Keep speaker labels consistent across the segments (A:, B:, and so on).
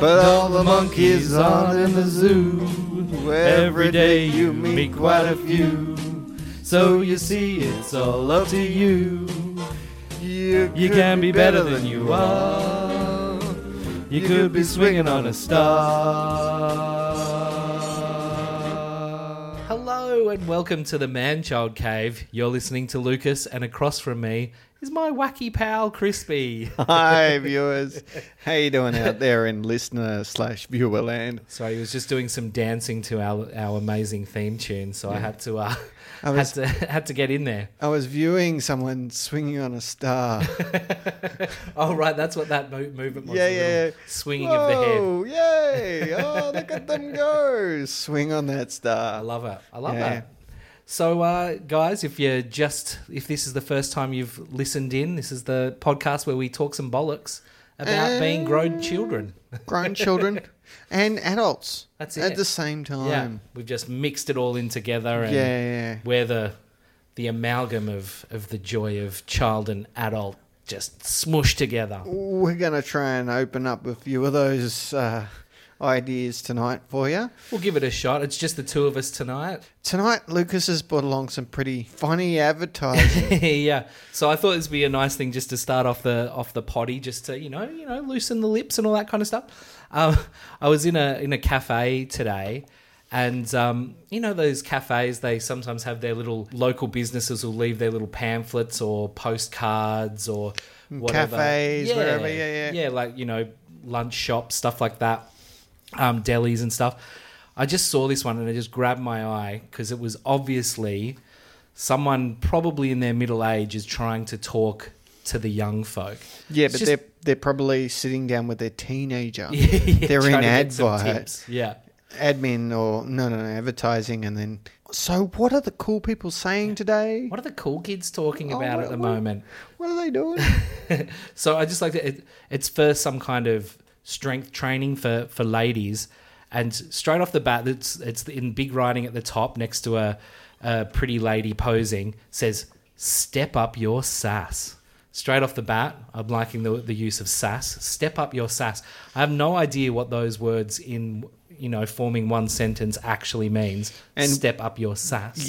A: But all the monkeys on in the zoo. Every day you meet quite a few. So you see, it's all up to you.
B: You,
A: You
B: could
A: can be better than you are. You could be swinging on a star.
C: Hello and welcome to the Man Child Cave. You're listening to Lucas, and across from me is my wacky pal Crispy.
B: Hi, viewers. How you doing out there in listener slash viewer land?
C: so he was just doing some dancing to our, our amazing theme tune, so I had to uh,
B: I was-
C: had to had to get in there.
B: I was viewing someone swinging on a star.
C: Oh right, that's what that mo- movement was.
B: Yeah,
C: the
B: yeah,
C: little
B: yeah.
C: swinging of the head.
B: Whoa, Yay! Oh, look at them go! Swing on that
C: I
B: star.
C: love it. I love
B: Yeah.
C: that. So, uh, guys, if you're just if this is the first time you've listened in, this is the podcast where we talk some bollocks about being grown children.
B: Grown children and adults.
C: That's
B: At
C: it.
B: the same
C: Yeah,
B: time.
C: we've just mixed it all in together,
B: Yeah,
C: and
B: yeah.
C: we're the the amalgam of of the joy of child and adult just smushed together.
B: We're going to try and open up a few of those uh, ideas tonight for you.
C: We'll give it a shot. It's just the two of us tonight.
B: Tonight, Lucas has brought along some pretty funny advertising.
C: yeah. So I thought this would be a nice thing just to start off the off the potty, just to you know you know loosen the lips and all that kind of stuff. Um, I was in a in a cafe today, and um, you know those cafes they sometimes have their little local businesses will leave their little pamphlets or postcards or whatever
B: Mm, cafes, wherever, yeah, yeah.
C: yeah, like you know, lunch shops, stuff like that, um, delis and stuff. I just saw this one and it just grabbed my eye because it was obviously someone probably in their middle age is trying to talk to the young folk.
B: yeah,
C: It's
B: but
C: just-
B: they're they're probably sitting down with their teenager,
C: Yeah,
B: They're
C: trying
B: in
C: to get
B: ad
C: some
B: buy.
C: tips. Yeah.
B: admin, or no, no, no, advertising, and then. So, what are the cool people saying today?
C: What are the cool kids talking
B: Oh,
C: about
B: what-
C: at the
B: what-
C: moment?
B: What are they doing?
C: so I just like that it, it's first some kind of strength training for for ladies, and straight off the bat, it's it's in big writing at the top next to a, a pretty lady posing says, "Step up your sass." Straight off the bat, I'm liking the the use of sass. Step up your sass. I have no idea what those words in you know forming one sentence actually means.
B: And-
C: step up your sass.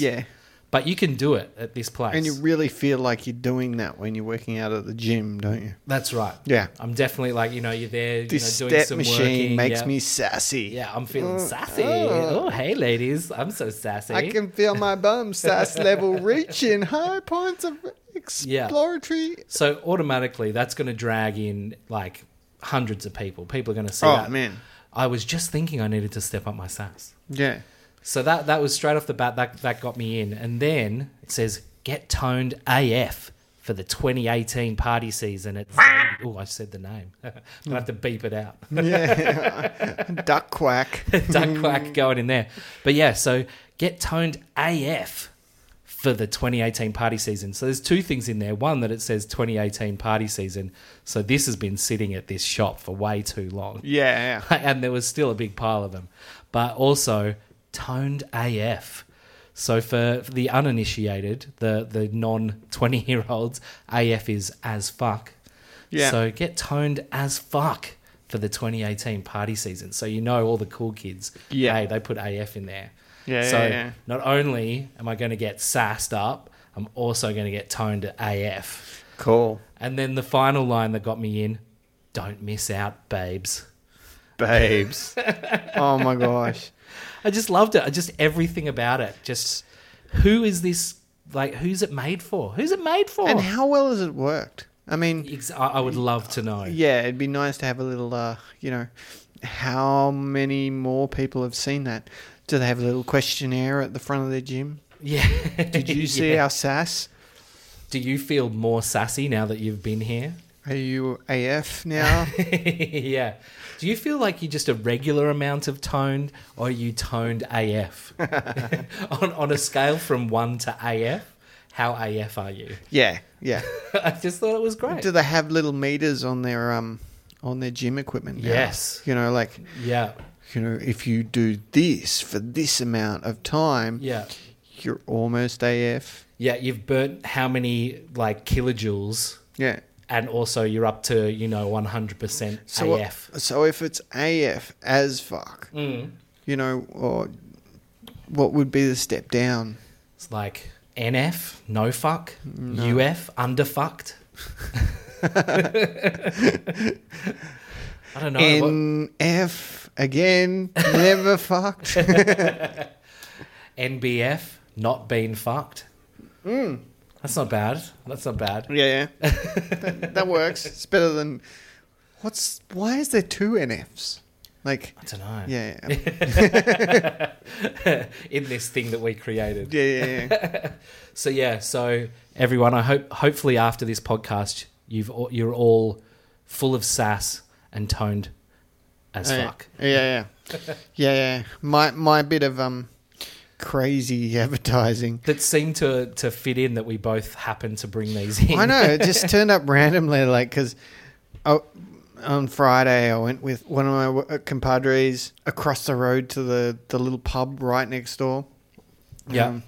B: yeah,
C: but you can do it at this place.
B: and you really feel like you're doing that when you're working out at the gym, don't you?
C: That's right.
B: Yeah.
C: I'm definitely like, you know, you're there, you
B: This
C: know, doing
B: step
C: some
B: machine
C: working,
B: makes
C: yeah.
B: me sassy.
C: Yeah, I'm feeling sassy.
B: oh.
C: Oh. hey ladies, I'm so sassy.
B: I can feel my bum sass level reaching high points of
C: Yeah.
B: exploratory.
C: So automatically that's going to drag in like hundreds of people. People are going to see
B: Oh,
C: that.
B: man.
C: I was just thinking I needed to step up my sass.
B: Yeah.
C: So that that was straight off the bat that that got me in. And then it says get toned AF for the 2018 party season at Oh, I said the name. I'm going to have to beep it out.
B: Yeah. Duck quack.
C: duck quack going in there. But yeah, so get toned AF for the 2018 party season. So there's two things in there. One that it says 2018 party season. So this has been sitting at this shop for way too long.
B: Yeah.
C: And there was still a big pile of them. But also toned AF. So for, for the uninitiated, the the non 20 year olds, AF is as fuck.
B: Yeah.
C: So get toned as fuck for the 2018 party season. So you know all the cool kids.
B: Yeah.
C: Hey, they put AF in there.
B: Yeah,
C: So
B: yeah, yeah.
C: not only am I going to get sassed up, I'm also going to get toned to AF.
B: Cool.
C: And then the final line that got me in, don't miss out, babes.
B: Babes. oh my gosh.
C: I just loved it. I just everything about it. Just who is this? Like, who's it made for? Who's it made for?
B: And how well has it worked? I mean,
C: Ex- I I would love to know.
B: yeah, it'd be nice to have a little, uh, you know, how many more people have seen that? Do they have a little questionnaire at the front of their gym?
C: Yeah.
B: Did you see
C: Yeah.
B: our sass?
C: Do you feel more sassy now that you've been here?
B: Are you AF now?
C: yeah. Do you feel like you're just a regular amount of toned or are you toned AF? on, on a scale from one to AF, how AF are you?
B: yeah, yeah.
C: I just thought it was great.
B: Do they have little meters on their um on their gym equipment? now?
C: Yes.
B: You know, like
C: Yeah.
B: you know, if you do this for this amount of time,
C: Yeah.
B: you're almost AF.
C: Yeah. You've burnt how many like kilojoules
B: Yeah.
C: and also you're up to you know 100%
B: So,
C: AF.
B: so if it's AF as fuck, you know, or what would be the step down?
C: It's like NF, no fuck,
B: No.
C: UF, underfucked. I don't know. what-
B: NF again, never fucked.
C: NBF, not being fucked.
B: Mm.
C: That's not bad. That's not bad.
B: Yeah, yeah. that, that works. It's better than what's. Why is there two NFs? Like,
C: I don't know.
B: yeah, yeah,
C: In this thing that we created.
B: yeah, yeah. yeah.
C: So yeah, so everyone, I hope hopefully after this podcast, you've all, you're all full of sass and toned as
B: yeah.
C: fuck.
B: Yeah, yeah, yeah, yeah. My my bit of um crazy advertising.
C: That seemed to to fit in that we both happen to bring these in.
B: I know it just turned up randomly, like because on Friday I went with one of my w- uh, compadres across the road to the the little pub right next door. Um,
C: Yeah.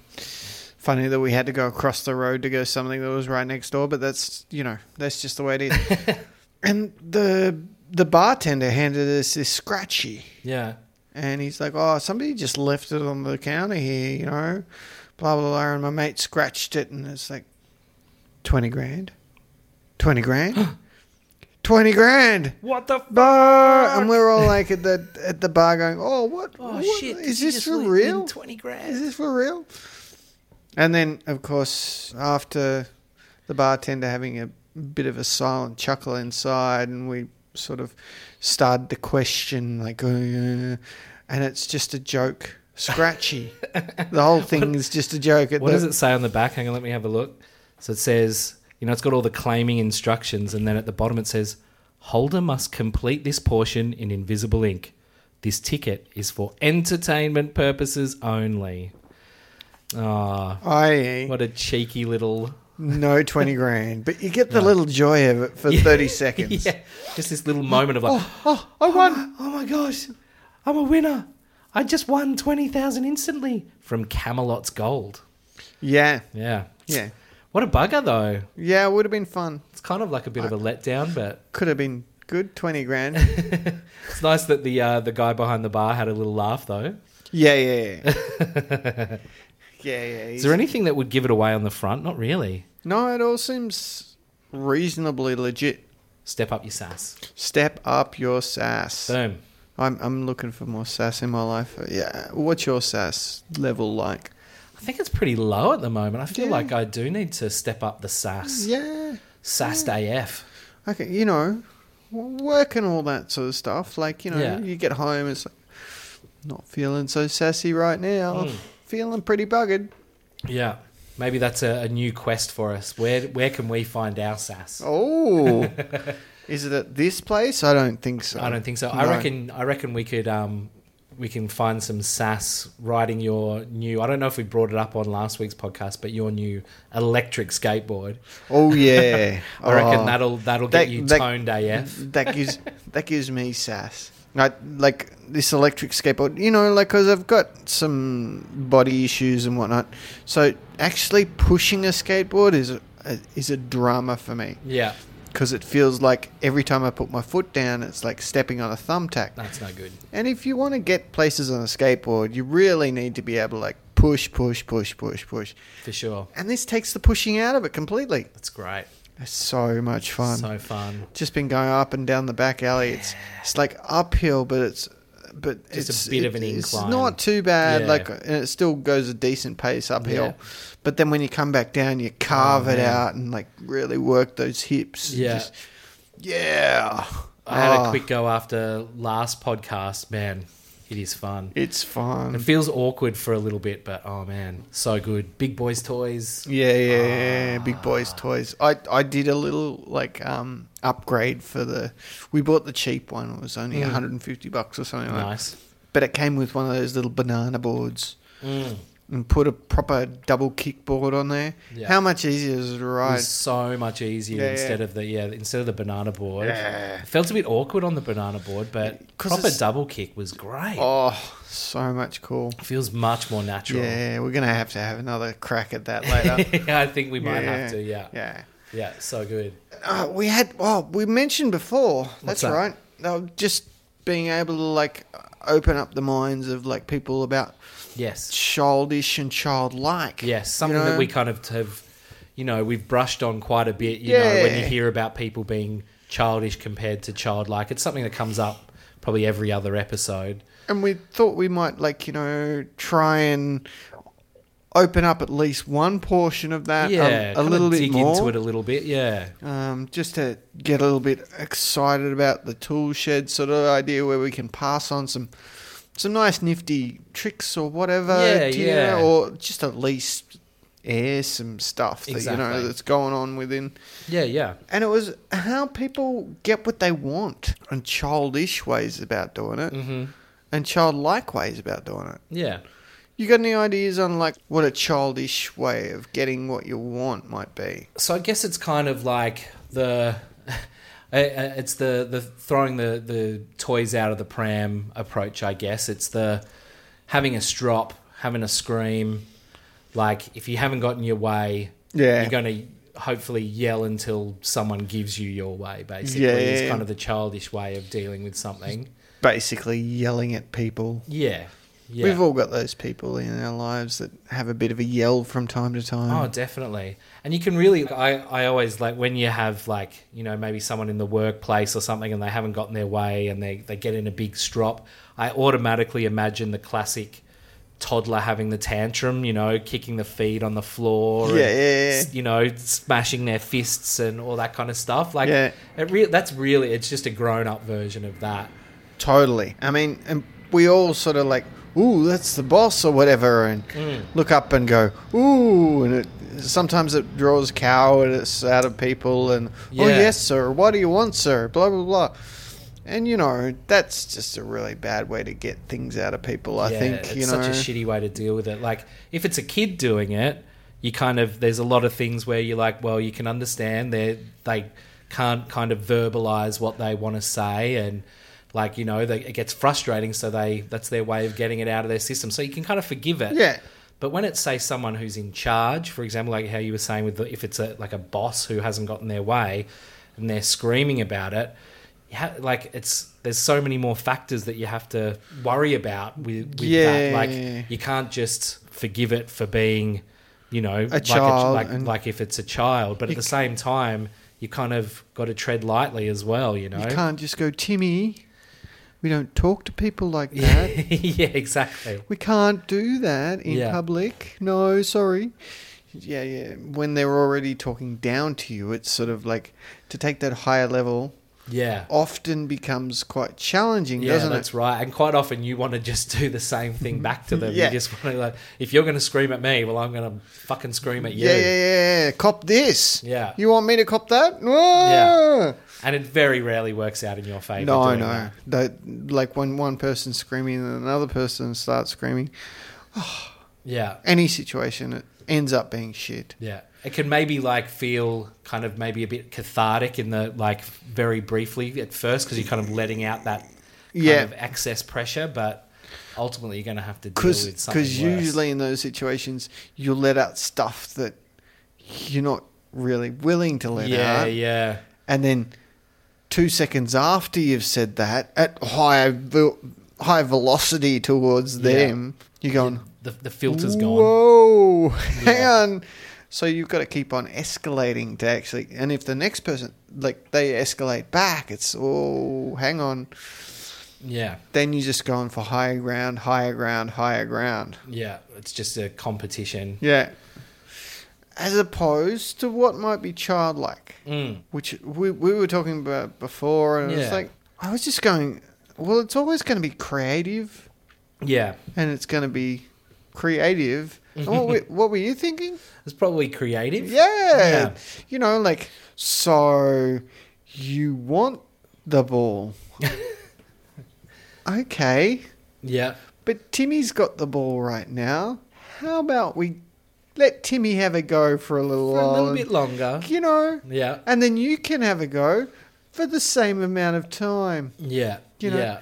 B: funny that we had to go across the road to go something that was right next door, but that's you know that's just the way it is. and the the bartender handed us this scratchy,
C: Yeah.
B: and he's like, "Oh, somebody just left it on the counter here, you know, blah blah blah." And my mate scratched it, and it's like twenty grand, twenty grand, twenty grand.
C: What the fuck?
B: Bar, and we we're all like at the at the bar going, "Oh, what?
C: Oh
B: what-
C: shit!
B: Is
C: did you
B: this
C: just
B: for
C: leave in
B: real?
C: Twenty
B: Is
C: grand.
B: this for real? And then, of course, after the bartender having a bit of a silent chuckle inside, and we sort of started the question, like, "Uh," and it's just a joke. Scratchy. the whole thing is just a joke. At
C: What
B: the,
C: does it say on the back? Hang on, let me have a look. So it says, you know, it's got all the claiming instructions, and then at the bottom it says, holder must complete this portion in invisible ink. This ticket is for entertainment purposes only. Ah,
B: I.e.,
C: what a cheeky little.
B: E. no 20 grand, but you get the little joy of it for 30 seconds.
C: Yeah, just this little moment of like,
B: Oh, I won.
C: oh my gosh, I'm a winner. I just won 20,000 instantly from Camelot's Gold.
B: Yeah,
C: Yeah.
B: yeah.
C: What a bugger, though.
B: Yeah, it would have been fun.
C: It's kind of like a bit of a letdown, but
B: Could have been good 20 grand.
C: It's nice that the uh, the guy behind the bar had a little laugh though.
B: Yeah, yeah, yeah. yeah, yeah.
C: Is there anything that would give it away on the front? Not really.
B: no, it all seems reasonably legit.
C: Step up your sass.
B: Step up your sass.
C: Boom.
B: I'm I'm looking for more sass in my life. Yeah. What's your sass level like?
C: I think it's pretty low at the moment. I feel
B: Yeah.
C: like I do need to step up the sass.
B: Yeah.
C: Sassed AF.
B: Okay, you know, w- work and all that sort of stuff. Like, you know,
C: Yeah.
B: you get home, it's like, not feeling so sassy right now.
C: Hmm.
B: Feeling pretty buggered.
C: Yeah. Maybe that's a, a new quest for us. Where where can we find our sass?
B: Oh. Is it at this place? I don't think so.
C: I don't think so. I
B: No.
C: reckon I reckon we could um we can find some sass riding your new I don't know if we brought it up on last week's podcast, but your new electric skateboard.
B: Oh yeah,
C: I reckon
B: Oh.
C: that'll that'll get
B: That-
C: you
B: that-
C: toned AF.
B: that gives that gives me sass. I, like this electric skateboard, you know, like because I've got some body issues and whatnot. So actually, pushing a skateboard is a, is a drama for me
C: Yeah,
B: because it feels like every time I put my foot down, it's like stepping on a thumbtack.
C: that's no good.
B: And if you want to get places on a skateboard, you really need to be able to like push, push, push, push, push.
C: For sure.
B: And this takes the pushing out of it completely.
C: That's great.
B: It's so much fun.
C: So fun.
B: just been going up and down the back alley. It's it's like uphill, but it's but
C: Just a
B: it's
C: bit of an
B: it's
C: incline.
B: not too bad.
C: Yeah.
B: Like and it still goes a decent pace uphill,
C: Yeah.
B: but then when you come back down, you carve
C: Oh,
B: it
C: man.
B: out and like really work those hips. and
C: Yeah.
B: just- yeah.
C: I had
B: Oh,
C: a quick go after last podcast. Man, it is fun.
B: It's
C: It
B: fun.
C: feels awkward for a little bit, but oh man, so good. Big boys toys.
B: Yeah, yeah, yeah,
C: Ah.
B: yeah. Big boys toys. I I did a little like um upgrade for the. We bought the cheap one. It was only 150 bucks or something like.
C: Mm. Nice.
B: But it came with one of those little banana boards.
C: Mm.
B: and put a proper double kickboard on there.
C: Yeah.
B: How much easier is it to
C: It
B: ride?
C: was so much easier
B: Yeah,
C: instead
B: yeah.
C: of the yeah instead of the banana board. It felt a bit awkward on the banana board, but
B: 'Cause
C: proper
B: it's-
C: double kick was great.
B: Oh, so much cool.
C: Feels much more natural.
B: Yeah, we're gonna have to have another crack at that later.
C: I think we might
B: Yeah.
C: have to. Yeah.
B: yeah.
C: Yeah, so good.
B: Uh, we had. Oh, we mentioned before. That's
C: What's that?
B: right. Uh, just being able to like open up the minds of like people about
C: Yes.
B: childish and childlike.
C: Yes, something
B: You know?
C: that we kind of have, you know, we've brushed on quite a bit, you know, when you
B: Yeah.
C: hear about people being childish compared to childlike. It's something that comes up probably every other episode.
B: And we thought we might like you know try and open up at least one portion of that. a-
C: yeah,
B: Uh, um, a,
C: kinda
B: little bit
C: dig
B: more.
C: into it a little bit. Yeah,
B: um, just to get a little bit excited about the tool shed sort of idea where we can pass on some some nice nifty tricks or whatever
C: Yeah,
B: to you,
C: yeah.
B: or just at least air some stuff that you know
C: Exactly.
B: that's going on within
C: yeah, yeah.
B: and it was how people get what they want and childish ways about doing it
C: hmm
B: and childlike ways about doing it
C: Yeah.
B: you got any ideas on like what a childish way of getting what you want might be
C: So I guess it's kind of like the. It's the, the throwing the, the toys out of the pram approach, I guess. It's the having a strop, having a scream. Like, if you haven't gotten your way,
B: yeah
C: you're going to hopefully yell until someone gives you your way basically
B: Yeah, yeah,
C: it's
B: yeah.
C: kind of the childish way of dealing with something
B: basically yelling at people
C: yeah yeah
B: We've all got those people in our lives that have a bit of a yell from time to
C: oh
B: time.
C: definitely and you can really I, I always like when you have like you know maybe someone in the workplace or something and they haven't gotten their way and they, they get in a big strop i automatically imagine the classic toddler having the tantrum you know kicking the feet on the floor
B: Yeah,
C: and,
B: yeah, yeah.
C: s- you know smashing their fists and all that kind of stuff like
B: Yeah.
C: It re- that's really it's just a grown up version of that.
B: Totally. I mean, and we all sort of like, ooh, that's the boss or whatever, and
C: Mm.
B: look up and go, ooh, and it, sometimes it draws cowardice out of people, and oh
C: Yeah.
B: yes, sir, what do you want, sir? Blah blah blah. And you know, that's just a really bad way to get things out of people. I
C: Yeah,
B: think
C: it's
B: you know.
C: such a shitty way to deal with it. Like if it's a kid doing it, you kind of there's a lot of things where you're like, well, you can understand they they can't kind of verbalize what they want to say and like you know they, it gets frustrating, so they that's their way of getting it out of their system. So you can kind of forgive it.
B: yeah.
C: But when it's say someone who's in charge, for example, like how you were saying with the, if it's a, like a boss who hasn't gotten their way, and they're screaming about it, you ha- like it's there's so many more factors that you have to worry about with, with that.
B: Yeah.
C: Like you can't just forgive it for being, you know, like ch-
B: child
C: like,
B: and-
C: like if it's a child. But at the same time, you kind of got to tread lightly as well. You know.
B: You can't just go, Timmy. We don't talk to people like
C: yeah,
B: that.
C: yeah, exactly.
B: We can't do that in
C: Yeah.
B: public. No, sorry. Yeah, yeah. When they're already talking down to you, it's sort of like to take that higher level
C: Yeah.
B: often becomes quite challenging,
C: Yeah,
B: doesn't
C: that's
B: it?
C: right. And quite often you want to just do the same thing back to them.
B: Yeah.
C: You just want to like, if you're going to scream at me, well, I'm going to fucking scream at you.
B: Yeah, yeah, yeah, yeah. Cop this.
C: Yeah.
B: You want me to cop that?
C: Yeah. And it very rarely works out in your favor.
B: No,
C: doing
B: no.
C: that.
B: That, like when one person's screaming and another person starts screaming,
C: Yeah,
B: any situation it ends up being shit.
C: yeah. It can maybe like feel kind of maybe a bit cathartic in the like very briefly at first because you're kind of letting out that kind
B: Yeah.
C: of excess pressure, but ultimately you're going to have to deal
B: because
C: with something. Because
B: usually in those situations you let out stuff that you're not really willing to let
C: yeah,
B: out,
C: yeah.
B: and then two seconds after you've said that at high ve- high velocity towards
C: Yeah.
B: them, you're going
C: The, the filter's gone.
B: whoa, hang
C: Yeah.
B: on. So you've got to keep on escalating to actually, and if the next person like they escalate back, it's oh, hang on.
C: Yeah.
B: Then you're just going for higher ground, higher ground, higher ground.
C: Yeah, it's just a competition.
B: Yeah. As opposed to what might be childlike,
C: Mm.
B: which we, we were talking about before, and it's
C: Yeah.
B: like, I was just going, well, it's always going to be creative
C: Yeah,
B: and it's going to be creative. And what, were, what were you thinking?
C: it's probably creative.
B: Yeah.
C: Yeah.
B: You know, like, so you want the ball. okay.
C: Yeah.
B: But Timmy's got the ball right now. How about we let Timmy have a go for a little
C: For a
B: while?
C: little bit longer.
B: and- you know,
C: Yeah.
B: and then you can have a go for the same amount of time.
C: Yeah.
B: You know,
C: yeah.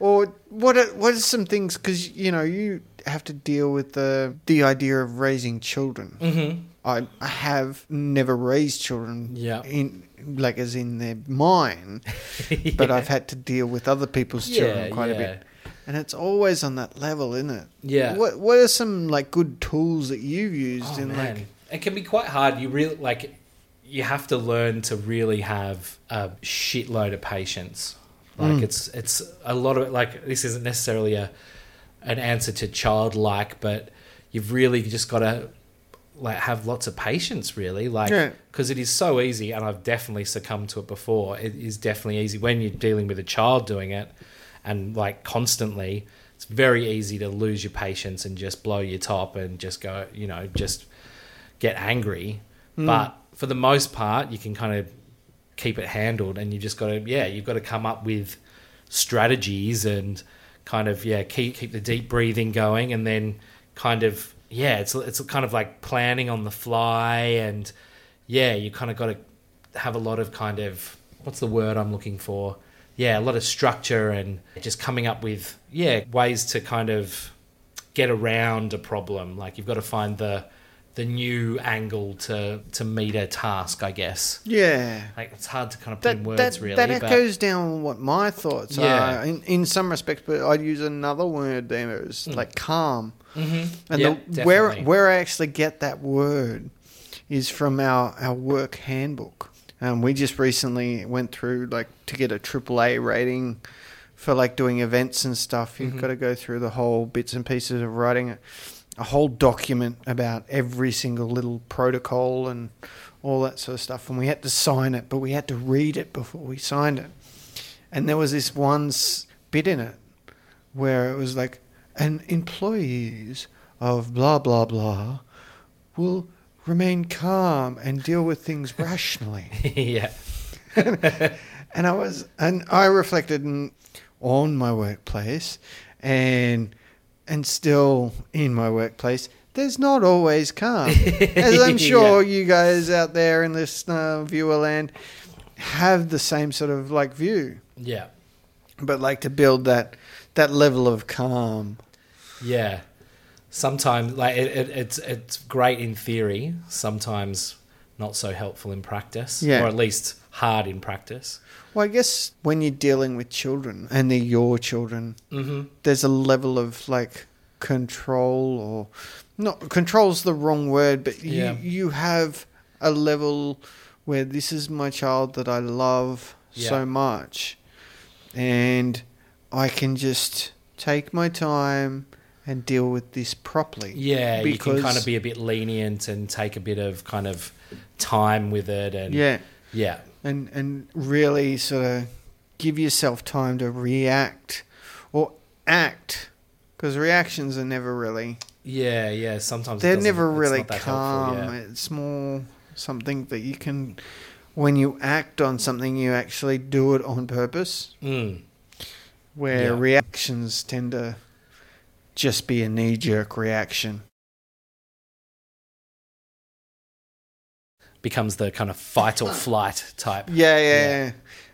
B: Or what are, what are some things cuz you know, you have to deal with the the idea of raising children.
C: Mm-hmm.
B: I I have never raised children.
C: Yeah.
B: In like as in their mine, but I've had to deal with other people's
C: Yeah,
B: children quite
C: yeah.
B: a bit. And it's always on that level, isn't it?
C: Yeah.
B: What What are some like good tools that you've used
C: Oh,
B: in
C: man.
B: like?
C: it can be quite hard. You really like you have to learn to really have a shitload of patience.
B: Mm.
C: Like it's it's a lot of like this isn't necessarily a an answer to childlike, but you've really just got to like have lots of patience really like
B: Yeah.
C: because it is so easy and i've definitely succumbed to it before it is definitely easy when you're dealing with a child doing it and like constantly it's very easy to lose your patience and just blow your top and just go you know just get angry but for the most part you can kind of keep it handled and you just got to yeah you've got to come up with strategies and kind of yeah keep keep the deep breathing going and then kind of yeah it's it's kind of like planning on the fly and yeah you kind of got to have a lot of kind of what's the word I'm looking for yeah a lot of structure and just coming up with yeah ways to kind of get around a problem like you've got to find the the new angle to to meet a task I guess
B: Yeah.
C: like it's hard to kind of put in
B: That,
C: words
B: that,
C: really
B: that
C: but
B: echoes down what my thoughts
C: Yeah.
B: are in, in some respects, but I'd use another word there. It was like calm.
C: Mhm.
B: And
C: Hmm. Yeah,
B: the, where
C: definitely.
B: where I actually get that word is from our, our work handbook. Um, we just recently went through like to get a AAA rating for like doing events and stuff.
C: Mm-hmm.
B: You've got to go through the whole bits and pieces of writing a, a whole document about every single little protocol and all that sort of stuff. And we had to sign it, but we had to read it before we signed it. And there was this one s- bit in it where it was like, and employees of blah, blah, blah will remain calm and deal with things rationally.
C: yeah
B: and I was, and I reflected in, on my workplace and, and still in my workplace. There's not always calm, as I'm sure you guys out there in this uh, viewer land have the same sort of like view.
C: yeah
B: but like to build that that level of calm.
C: yeah sometimes like it, it, it's it's great in theory sometimes not so helpful in practice
B: Yeah.
C: or at least hard in practice
B: Well, I guess when you're dealing with children and they're your children,
C: mm-hmm.
B: there's a level of like control or not control's the wrong word, but you
C: Yeah.
B: you have a level where this is my child that I love
C: Yeah.
B: so much, and I can just take my time and deal with this properly.
C: yeah you
B: Because-
C: can kind of be a bit lenient and take a bit of kind of time with it and
B: Yeah.
C: yeah
B: and and really sort of give yourself time to react or act because reactions are never really
C: yeah yeah sometimes it
B: they're
C: doesn't-
B: never
C: it's
B: really
C: not that helpful,
B: calm
C: yeah.
B: it's more something that you can when you act on something you actually do it on purpose
C: Mm.
B: where
C: Yeah.
B: reactions tend to just be a knee jerk reaction
C: becomes the kind of fight or flight type
B: yeah yeah, yeah.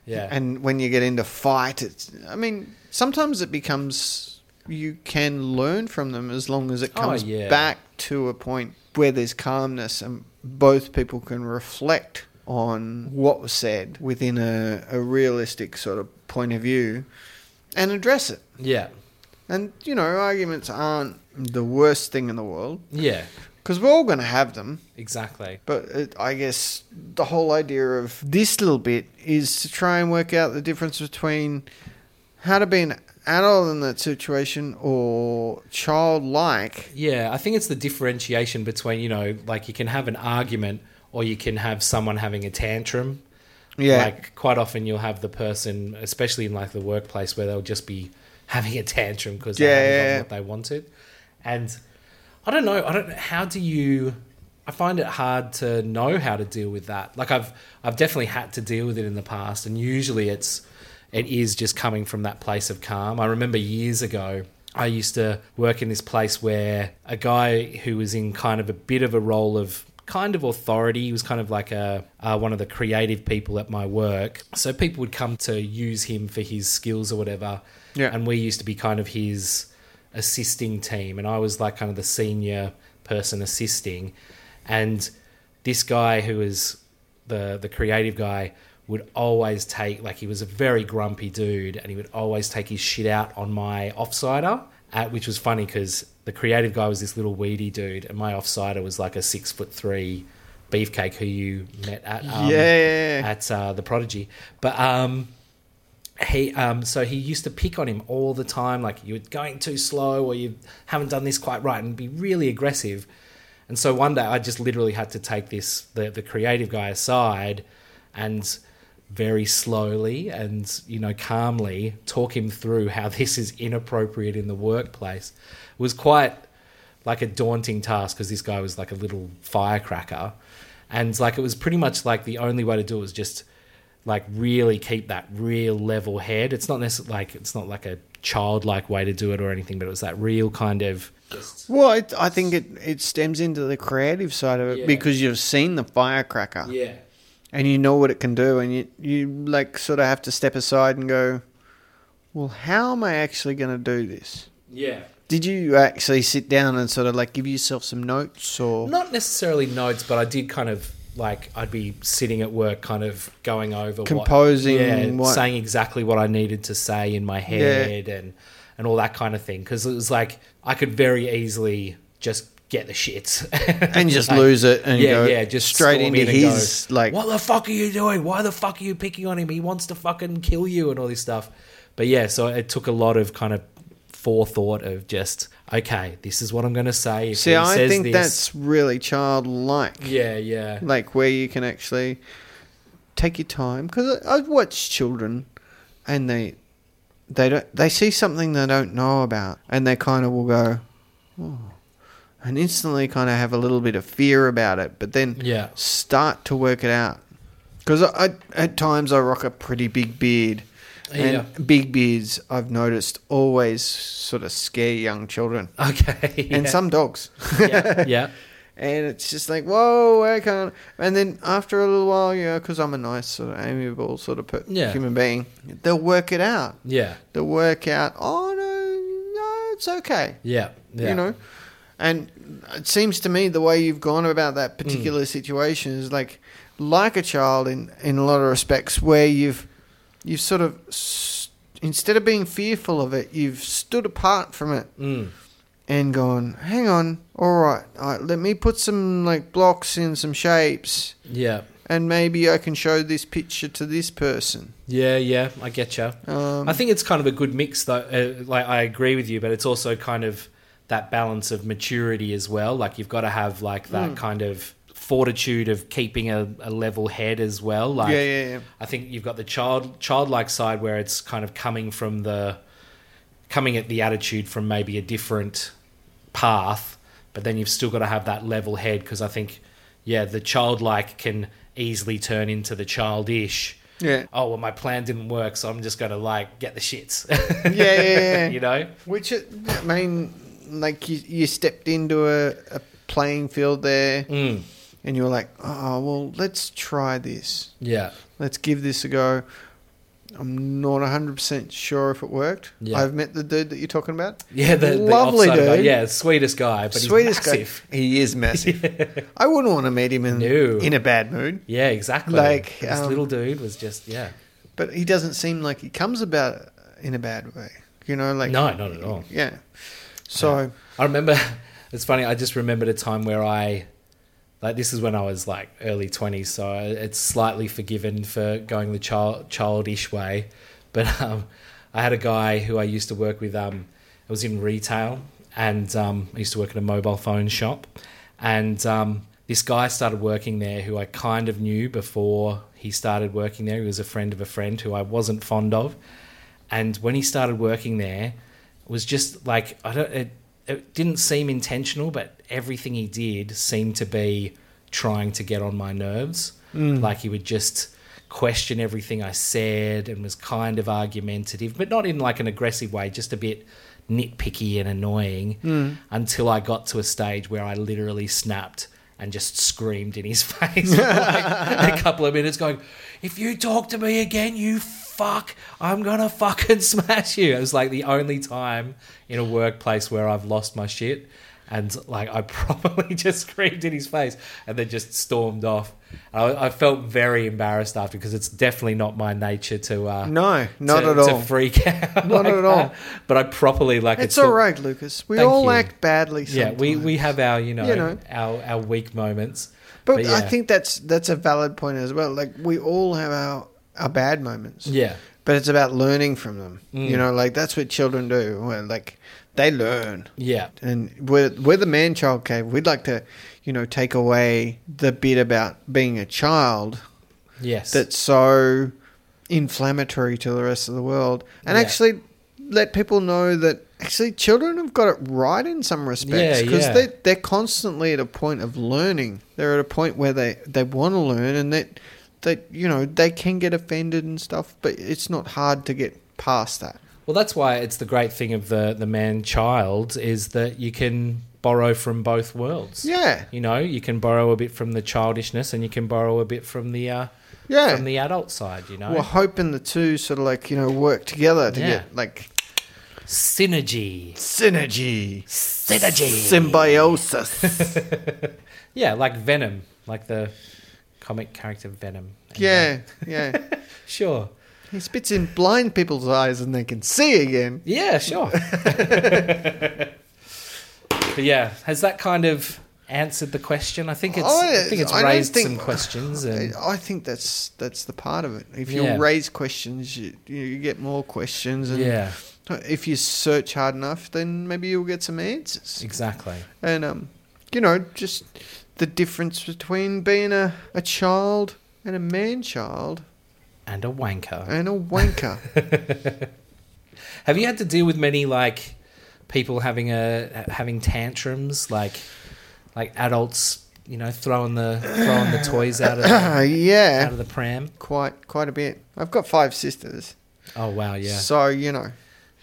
C: Yeah. yeah
B: and when you get into fight it's i mean sometimes it becomes you can learn from them as long as it
C: Oh,
B: comes
C: yeah.
B: back to a point where there's calmness and both people can reflect on what was said within a, a realistic sort of point of view and address it
C: yeah
B: and you know arguments aren't the worst thing in the world
C: yeah
B: because we're all going to have them
C: exactly
B: but it, I guess the whole idea of this little bit is to try and work out the difference between how to be an adult in that situation or childlike.
C: Yeah, I think it's the differentiation between, you know, like you can have an argument or you can have someone having a tantrum.
B: Yeah.
C: Like quite often you'll have the person, especially in like the workplace, where they'll just be having a tantrum because they
B: Yeah,
C: haven't
B: yeah,
C: gotten
B: yeah.
C: what they wanted. And I don't know. I don't know. How do you. I find it hard to know how to deal with that. Like I've I've definitely had to deal with it in the past and usually it's it is just coming from that place of calm. I remember years ago, I used to work in this place where a guy who was in kind of a bit of a role of kind of authority, he was kind of like a uh, one of the creative people at my work. So people would come to use him for his skills or whatever.
B: Yeah.
C: And we used to be kind of his assisting team, and I was like kind of the senior person assisting. And this guy who was the the creative guy would always take like he was a very grumpy dude and he would always take his shit out on my offsider uh, which was funny because the creative guy was this little weedy dude and my offsider was like a six foot three beefcake who you met at um,
B: yeah.
C: at uh, the prodigy but um he um so he used to pick on him all the time like you're going too slow or you haven't done this quite right and be really aggressive and so one day i just literally had to take this the, the creative guy aside and very slowly and you know calmly talk him through how this is inappropriate in the workplace it was quite like a daunting task because this guy was like a little firecracker and like it was pretty much like the only way to do it was just like really keep that real level head it's not necessarily like it's not like a childlike way to do it or anything but it was that real kind of just
B: Well, it, I think it, it stems into the creative side of it
C: Yeah.
B: because you've seen the firecracker
C: yeah
B: and you know what it can do, and you you like sort of have to step aside and go, well, how am I actually going to do this?
C: yeah
B: Did you actually sit down and sort of like give yourself some notes or?
C: not necessarily notes but i did kind of like i'd be sitting at work kind of going over what-
B: Composing
C: yeah,
B: what-
C: saying exactly what i needed to say in my head and and all that kind of thing because it was like i could very easily just get the shit
B: and just lose it and
C: yeah,
B: go
C: yeah, just
B: straight
C: storm
B: into
C: in and go,
B: his like
C: what the fuck are you doing? Why the fuck are you picking on him? He wants to fucking kill you and all this stuff. But yeah, so it took a lot of kind of forethought of just okay, this is what I'm going to say. If
B: See,
C: he
B: I
C: says
B: think
C: this,
B: that's really childlike.
C: yeah, yeah,
B: Like where you can actually take your time because I've watched children and they they don't they see something they don't know about and they kind of will go "Oh," and instantly kind of have a little bit of fear about it, but then
C: yeah.
B: start to work it out. Because I, I at times I rock a pretty big beard. And big beards, I've noticed, always sort of scare young children
C: Okay.
B: and
C: yeah.
B: some dogs.
C: yeah, yeah,
B: and it's just like, whoa, I can't. And then after a little while, you know, because I'm a nice, sort of amiable sort of per-
C: Yeah.
B: human being, they'll work it out.
C: yeah,
B: They'll work out, oh, no, no, it's okay,
C: yeah, yeah.
B: you know? And it seems to me the way you've gone about
C: Mm.
B: that particular situation is like, like a child in, in a lot of respects, where you've you've sort of s instead of being fearful of it, you've stood apart from it
C: Mm.
B: and gone, hang on, all right, all right, let me put some like blocks in some shapes,
C: yeah,
B: and maybe I can show this picture to this person.
C: yeah, yeah. I get you.
B: Um,
C: I think it's kind of a good mix, though. Uh, like I agree with you, but it's also kind of that balance of maturity as well. Like you've got to have like that
B: Mm.
C: kind of fortitude of keeping a, a level head as well. Like
B: yeah, yeah, yeah.
C: I think you've got the child childlike side where it's kind of coming from the coming at the attitude from maybe a different path, but then you've still got to have that level head because I think yeah, the childlike can easily turn into the childish
B: Yeah.
C: oh well my plan didn't work so i'm just gonna like get the shits
B: Yeah, yeah, yeah.
C: you know
B: Which it, I mean, like you, you stepped into a, a playing field there,
C: mm,
B: and you were like, oh well, let's try this.
C: yeah
B: Let's give this a go. I'm not 100% sure if it worked.
C: Yeah.
B: I've met the dude that you're talking about.
C: yeah the, the
B: Lovely
C: offside guy.
B: dude.
C: yeah sweetest guy but
B: Sweetest
C: he's massive.
B: guy. He is massive. I wouldn't want to meet him in,
C: No.
B: in a bad mood.
C: yeah exactly
B: Like,
C: this
B: um,
C: little dude was just yeah
B: But he doesn't seem like he comes about it in a bad way. You know, like
C: no not at all
B: Yeah. So
C: I remember it's funny. I just remembered a time where I like this is when I was like early twenties, so I- it's slightly forgiven for going the child childish way. But um, I had a guy who I used to work with. Um, it was in retail, and um, I used to work at a mobile phone shop, and um, this guy started working there who I kind of knew before he started working there. He was a friend of a friend who I wasn't fond of, and when he started working there was just like i don't it, it didn't seem intentional but everything he did seemed to be trying to get on my nerves like he would just question everything i said and was kind of argumentative but not in like an aggressive way just a bit nitpicky and annoying until i got to a stage where i literally snapped and just screamed in his face for like a couple of minutes, going, "If you talk to me again, you fuck, I'm gonna fucking smash you." It was like the only time in a workplace where I've lost my shit, and like I probably just screamed in his face and then just stormed off. I, I felt very embarrassed after because it's definitely not my nature to uh,
B: No, not
C: to-
B: at
C: to
B: all.
C: freak out.
B: Not
C: like
B: at all.
C: that. But I properly like
B: It's
C: all
B: all
C: right.
B: right, Lucas. We
C: Thank
B: all
C: you.
B: act badly
C: Yeah,
B: sometimes.
C: we, we have our you know,
B: You know.
C: our our weak moments.
B: But,
C: but
B: I
C: yeah.
B: think that's that's a valid point as well. Like we all have our our bad moments.
C: Yeah,
B: But it's about learning from them.
C: Mm.
B: You know, like that's what children do. Where, like they learn.
C: yeah,
B: And we're, we're the man child cave. We'd like to, you know, take away the bit about being a child
C: yes.
B: that's so inflammatory to the rest of the world and
C: Yeah.
B: actually let people know that actually children have got it right in some respects
C: Yeah,
B: because
C: yeah.
B: they, they're constantly at a point of learning they're at a point where they, they want to learn and that that you know they can get offended and stuff but it's not hard to get past that
C: well, that's why it's the great thing of the the man child is that you can borrow from both worlds.
B: yeah
C: You know, you can borrow a bit from the childishness, and you can borrow a bit from the uh,
B: yeah
C: from the adult side. You know,
B: we're hoping the two sort of like you know work together to
C: Yeah.
B: get like
C: synergy,
B: synergy
C: synergy.
B: symbiosis
C: yeah, like Venom, like the comic character Venom. uh,
B: yeah yeah
C: sure.
B: He spits in blind people's eyes and they can see again.
C: Yeah, sure. but yeah, has that kind of answered the question? I think it's.
B: Oh,
C: I think it's
B: I don't
C: raised
B: think-
C: some questions. And
B: I I think that's that's the part of it. If you
C: Yeah.
B: raise questions, you, you get more questions, and
C: yeah,
B: if you search hard enough, then maybe you'll get some answers.
C: exactly.
B: And um, you know, just the difference between being a, a child and a man child
C: And a wanker.
B: and a wanker.
C: Have you had to deal with many like people having a having tantrums, like like adults, you know, throwing the throwing the toys out of the, out
B: yeah,
C: of the pram?
B: quite quite a bit. I've got five sisters,
C: Oh wow, yeah,
B: so you know.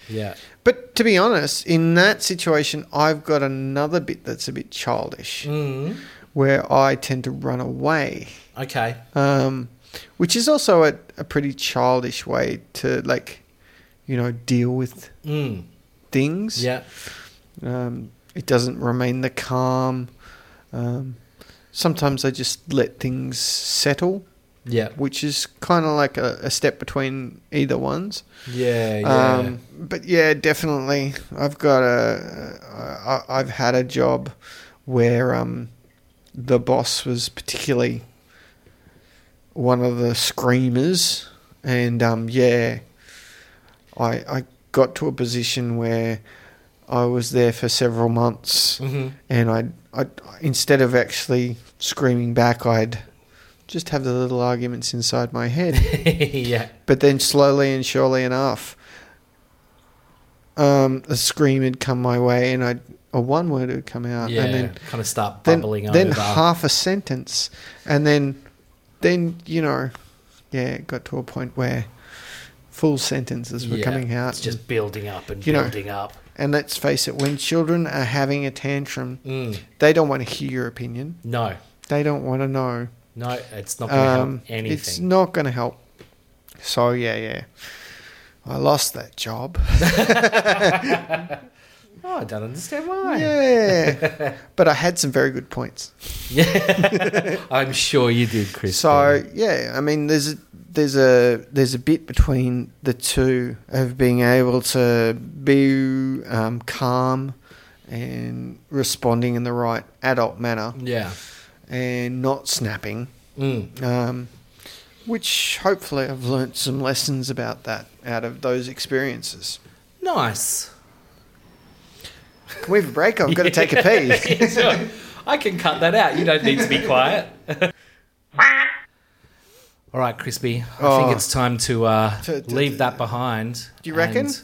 C: yeah,
B: But to be honest, in that situation, I've got another bit that's a bit childish,
C: mm.
B: where I tend to run away,
C: okay,
B: um, which is also a, a pretty childish way to, like, you know, deal with
C: mm.
B: things.
C: yeah,
B: Um, it doesn't remain the calm. Um, sometimes I just let things settle,
C: yeah,
B: which is kind of like a, a step between either ones.
C: yeah, yeah.
B: Um, but yeah, definitely. I've got a. I, I've had a job where um, the boss was particularly one of the screamers, and um, yeah, I I got to a position where I was there for several months,
C: hmm
B: and I I instead of actually screaming back, I'd just have the little arguments inside my head.
C: yeah.
B: But then slowly and surely enough, um, a scream had come my way, and I a one word would come out,
C: yeah,
B: and then
C: kind of start
B: then,
C: bubbling
B: then
C: over.
B: half a sentence, and then then you know, yeah, it got to a point where full sentences were
C: Yeah,
B: coming out.
C: It's just building up and
B: You know-
C: building up.
B: and let's face it, when children are having a tantrum,
C: Mm,
B: they don't want to hear your opinion.
C: no,
B: They don't want to know.
C: no, it's not going to
B: Um,
C: help
B: it's
C: anything.
B: not going to help. So yeah, yeah, I lost that job.
C: oh, I don't understand why.
B: Yeah. but I had some very good points.
C: Yeah. I'm sure you did, Chris.
B: So yeah, I mean there's a there's a there's a bit between the two of being able to be um, calm and responding in the right adult manner
C: yeah,
B: and not snapping.
C: mm,
B: Um, which hopefully I've learnt some lessons about that out of those experiences.
C: nice.
B: Can we have a break? I've got to take a pee.
C: Yeah, sure. I can cut that out. You don't need to be quiet. All right, Crispy. I
B: Oh.
C: think it's time to, uh,
B: To- to-
C: leave that behind.
B: Do you reckon?
C: And,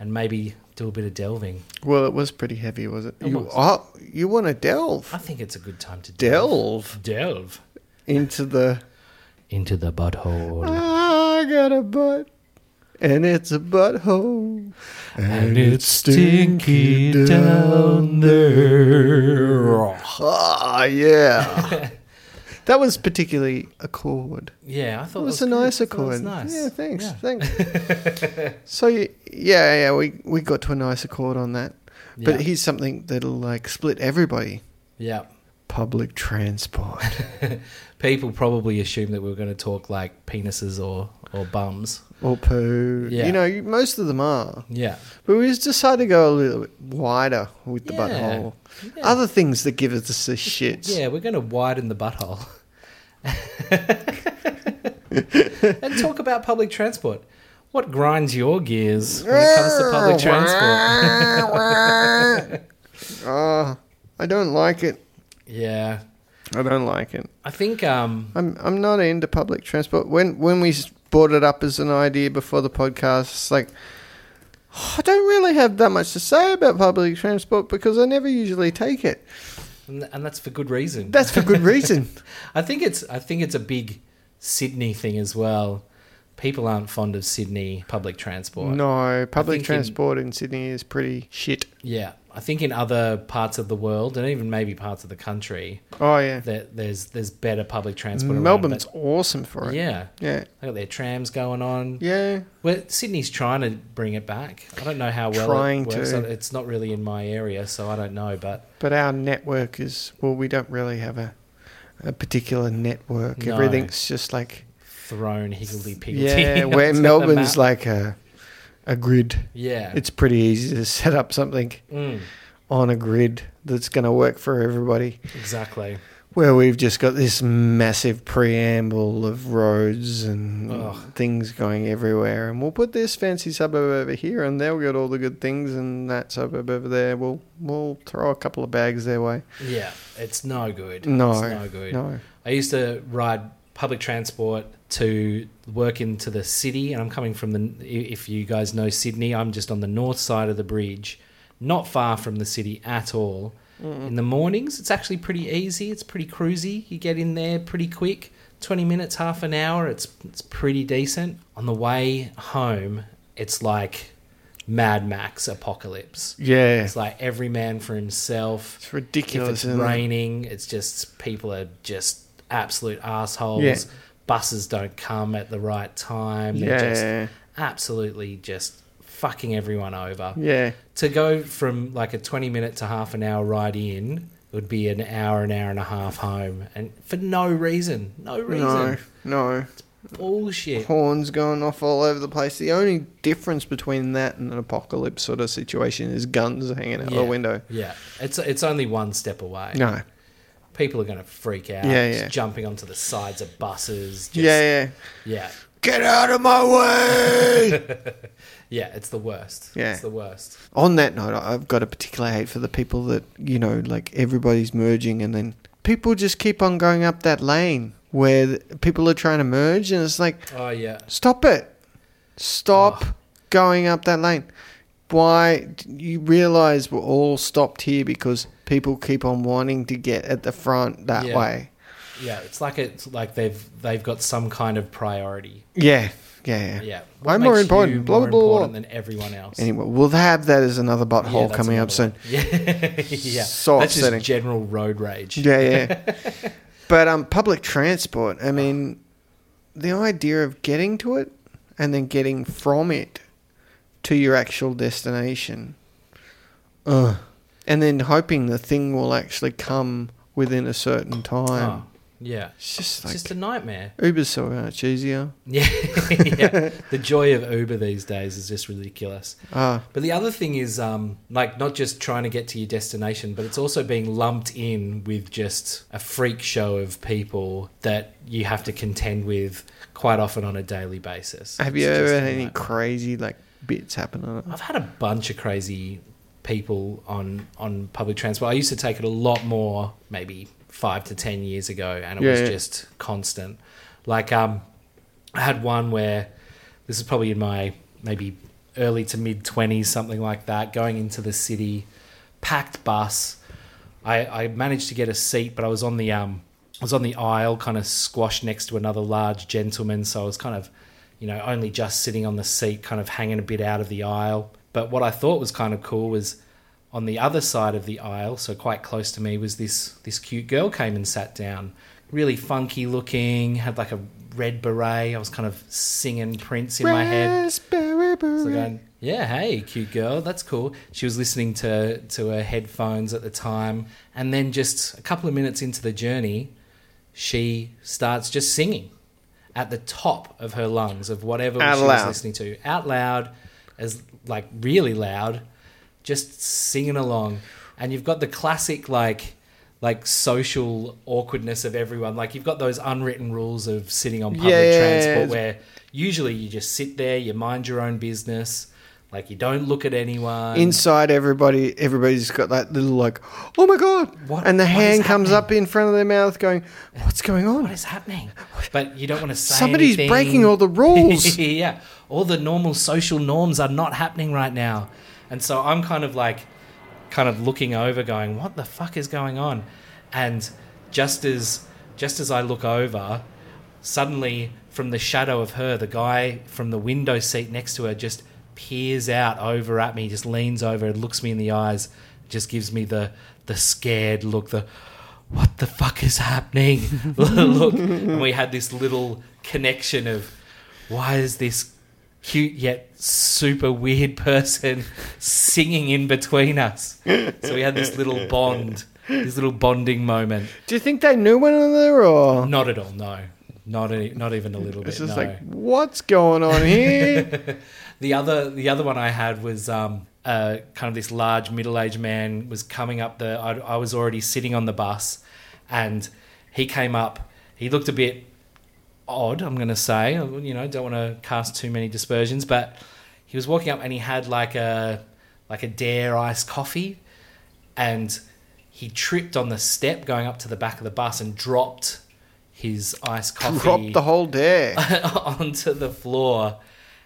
C: and maybe do a bit of delving.
B: Well, it was pretty heavy, was it?
C: It
B: you
C: was.
B: oh, you want to delve?
C: I think it's a good time to
B: Delve
C: Delve.
B: into the
C: into the butthole.
B: I got a butt, and it's a butthole,
C: And it's stinky down there.
B: Ah, yeah. that was particularly a chord.
C: Yeah, I thought
B: That was
C: it
B: a
C: good.
B: nice
C: I thought it was
B: accord.
C: nice.
B: Yeah, thanks,
C: Yeah.
B: thanks. so y- yeah, yeah, we we got to a nice accord on that. But
C: Yeah.
B: here's something that'll like split everybody:
C: Yeah.
B: public transport.
C: People probably assume that we were going to talk like penises or, or bums.
B: or poo.
C: Yeah.
B: You know, you- most of them are.
C: Yeah.
B: But we just decided to go a little bit wider with the
C: Yeah.
B: butthole.
C: Yeah.
B: Other things that give us the shits.
C: Yeah, we're going to widen the butthole. and talk about public transport. What grinds your gears when it comes to public transport?
B: oh, I don't like it.
C: Yeah.
B: I don't like it.
C: I think um
B: I'm I'm not into public transport. When when we s- brought it up as an idea before the podcast, it's like I don't really have that much to say about public transport because I never usually take it.
C: and and that's for good reason.
B: That's for good reason.
C: I think it's I think it's a big Sydney thing as well. People aren't fond of Sydney public transport.
B: no,
C: think
B: public
C: in-
B: transport in Sydney is pretty shit.
C: Yeah, I think in other parts of the world and even maybe parts of the country,
B: Oh yeah,
C: that there's there's better public transport. around,
B: Melbourne's
C: but-
B: awesome for it.
C: yeah,
B: Yeah,
C: they got their trams going on.
B: yeah.
C: Well, Sydney's trying to bring it back. I don't know how well
B: Trying
C: it works.
B: to.
C: It's not really in my area, so I don't know. But
B: But our network is well, we don't really have a a particular network.
C: No.
B: Everything's just like
C: thrown higgledy piggledy.
B: yeah, where Melbourne's like a a grid.
C: yeah,
B: It's pretty easy to set up something
C: mm,
B: on a grid that's going to work for everybody.
C: exactly.
B: Where we've just got this massive preamble of roads and
C: Ugh.
B: things going everywhere, and we'll put this fancy suburb over here, and they'll get all the good things, and that suburb over there, we'll we'll throw a couple of bags their way.
C: Yeah, it's no good.
B: No,
C: it's no good.
B: No,
C: I used to ride public transport to work into the city, and I'm coming from the. If you guys know Sydney, I'm just on the north side of the bridge, not far from the city at all. In the mornings, it's actually pretty easy. It's pretty cruisy. You get in there pretty quick. Twenty minutes, half an hour. It's it's pretty decent. On the way home, it's like Mad Max apocalypse.
B: yeah,
C: It's like every man for himself.
B: it's
C: If
B: ridiculous.
C: it's
B: isn't it?
C: raining, it's just people are just absolute assholes.
B: Yeah.
C: Buses don't come at the right time. They're just
B: yeah,
C: absolutely just fucking everyone over.
B: yeah,
C: To go from like a 20 minute to half an hour ride in would be an hour, an hour and a half home. And for no reason. No reason.
B: no, no.
C: Bullshit.
B: horns going off all over the place. The only difference between that and an apocalypse sort of situation is guns hanging out
C: Yeah.
B: the window.
C: Yeah. It's it's only one step away.
B: No.
C: People are going to freak out.
B: Yeah,
C: just
B: yeah.
C: jumping onto the sides of buses. Just,
B: yeah, yeah.
C: Yeah.
B: Get out of my way!
C: Yeah, it's the worst.
B: Yeah.
C: It's the worst.
B: On that note, I- I've got a particular hate for the people that, you know, like everybody's merging and then people just keep on going up that lane where th- people are trying to merge and it's like,
C: Oh yeah.
B: Stop it. Stop
C: Ah.
B: going up that lane. Why do you realize we're all stopped here because people keep on wanting to get at the front that
C: Yeah.
B: way.
C: Yeah, it's like it's like they've they've got some kind of priority.
B: Yeah. Yeah. yeah.
C: Yeah.
B: I'm more
C: makes
B: important,
C: you
B: blah,
C: more
B: blah, blah.
C: important than everyone else.
B: Anyway, we'll have that as another
C: Yeah,
B: butthole
C: that's
B: coming up
C: another
B: soon.
C: one. Yeah. yeah.
B: So
C: That's
B: upsetting.
C: just general road rage.
B: Yeah, yeah. but um public transport, I mean the idea of getting to it and then getting from it to your actual destination. Ugh. And then hoping the thing will actually come within a certain time.
C: Oh, yeah.
B: It's just
C: It's
B: like
C: just a nightmare.
B: Uber's so much easier.
C: Yeah. yeah. The joy of Uber these days is just ridiculous.
B: Ah,
C: But the other thing is um like not just trying to get to your destination, but it's also being lumped in with just a freak show of people that you have to contend with quite often on a daily basis.
B: have
C: It's
B: you ever
C: just
B: had
C: a
B: any
C: nightmare.
B: crazy like bits happen on it?
C: I've had a bunch of crazy people on on public transport. I used to take it a lot more, maybe five to ten years ago, and it
B: Yeah,
C: was
B: yeah.
C: just constant. Like um, I had one where this is probably in my maybe early to mid twenties, something like that, going into the city, packed bus. I, I managed to get a seat, but I was on the um, I was on the aisle, kind of squashed next to another large gentleman, so I was kind of, you know, only just sitting on the seat, kind of hanging a bit out of the aisle. But what I thought was kind of cool was on the other side of the aisle, so quite close to me, was this this cute girl came and sat down, really funky looking, had like a red beret. I was kind of singing Prince in my head.
B: Raspberry
C: So
B: beret.
C: going, um, Yeah, hey, cute girl. That's cool. She was listening to to her headphones at the time, and then just a couple of minutes into the journey, she starts just singing at the top of her lungs of whatever
B: Out
C: she
B: loud.
C: was listening to out loud, as like really loud, just singing along. And you've got the classic like like social awkwardness of everyone. Like you've got those unwritten rules of sitting on public
B: Yeah, yeah,
C: transport
B: yeah.
C: where usually you just sit there, you mind your own business, like you don't look at anyone.
B: Inside everybody, everybody's got that little like, oh my god,
C: What-
B: and the
C: what is
B: hand comes
C: happening?
B: up in front of their mouth, going, what's going on?
C: what is happening? But you don't want to say
B: Somebody's
C: anything.
B: breaking all the rules.
C: yeah, all the normal social norms are not happening right now, and so I'm kind of like, kind of looking over, going, "What the fuck is going on?" And just as just as I look over, suddenly from the shadow of her, the guy from the window seat next to her just peers out over at me, just leans over, and looks me in the eyes, just gives me the the scared look, the what the fuck is happening? Look, and we had this little connection of why is this cute yet super weird person singing in between us? So we had this little bond, this little bonding moment.
B: Do you think they knew one another or?
C: Not at all, no, not a, not even a little
B: It's
C: bit.
B: just
C: no.
B: like, what's going on here?
C: The other the other one I had was um, uh, kind of this large middle aged man was coming up the. I, I was already sitting on the bus, and he came up. He looked a bit odd. I'm going to say, you know, don't want to cast too many dispersions, but he was walking up and he had like a like a dare iced coffee, and he tripped on the step going up to the back of the bus and dropped his iced coffee
B: Dropped the whole dare.
C: onto the floor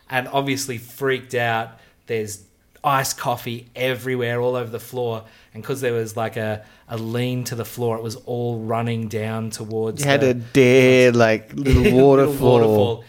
C: and obviously freaked out. There's iced coffee everywhere, all over the floor. And because there was like a, a lean to the floor, it was all running down towards
B: You had
C: the,
B: a dare, like little
C: little
B: waterfall.
C: waterfall.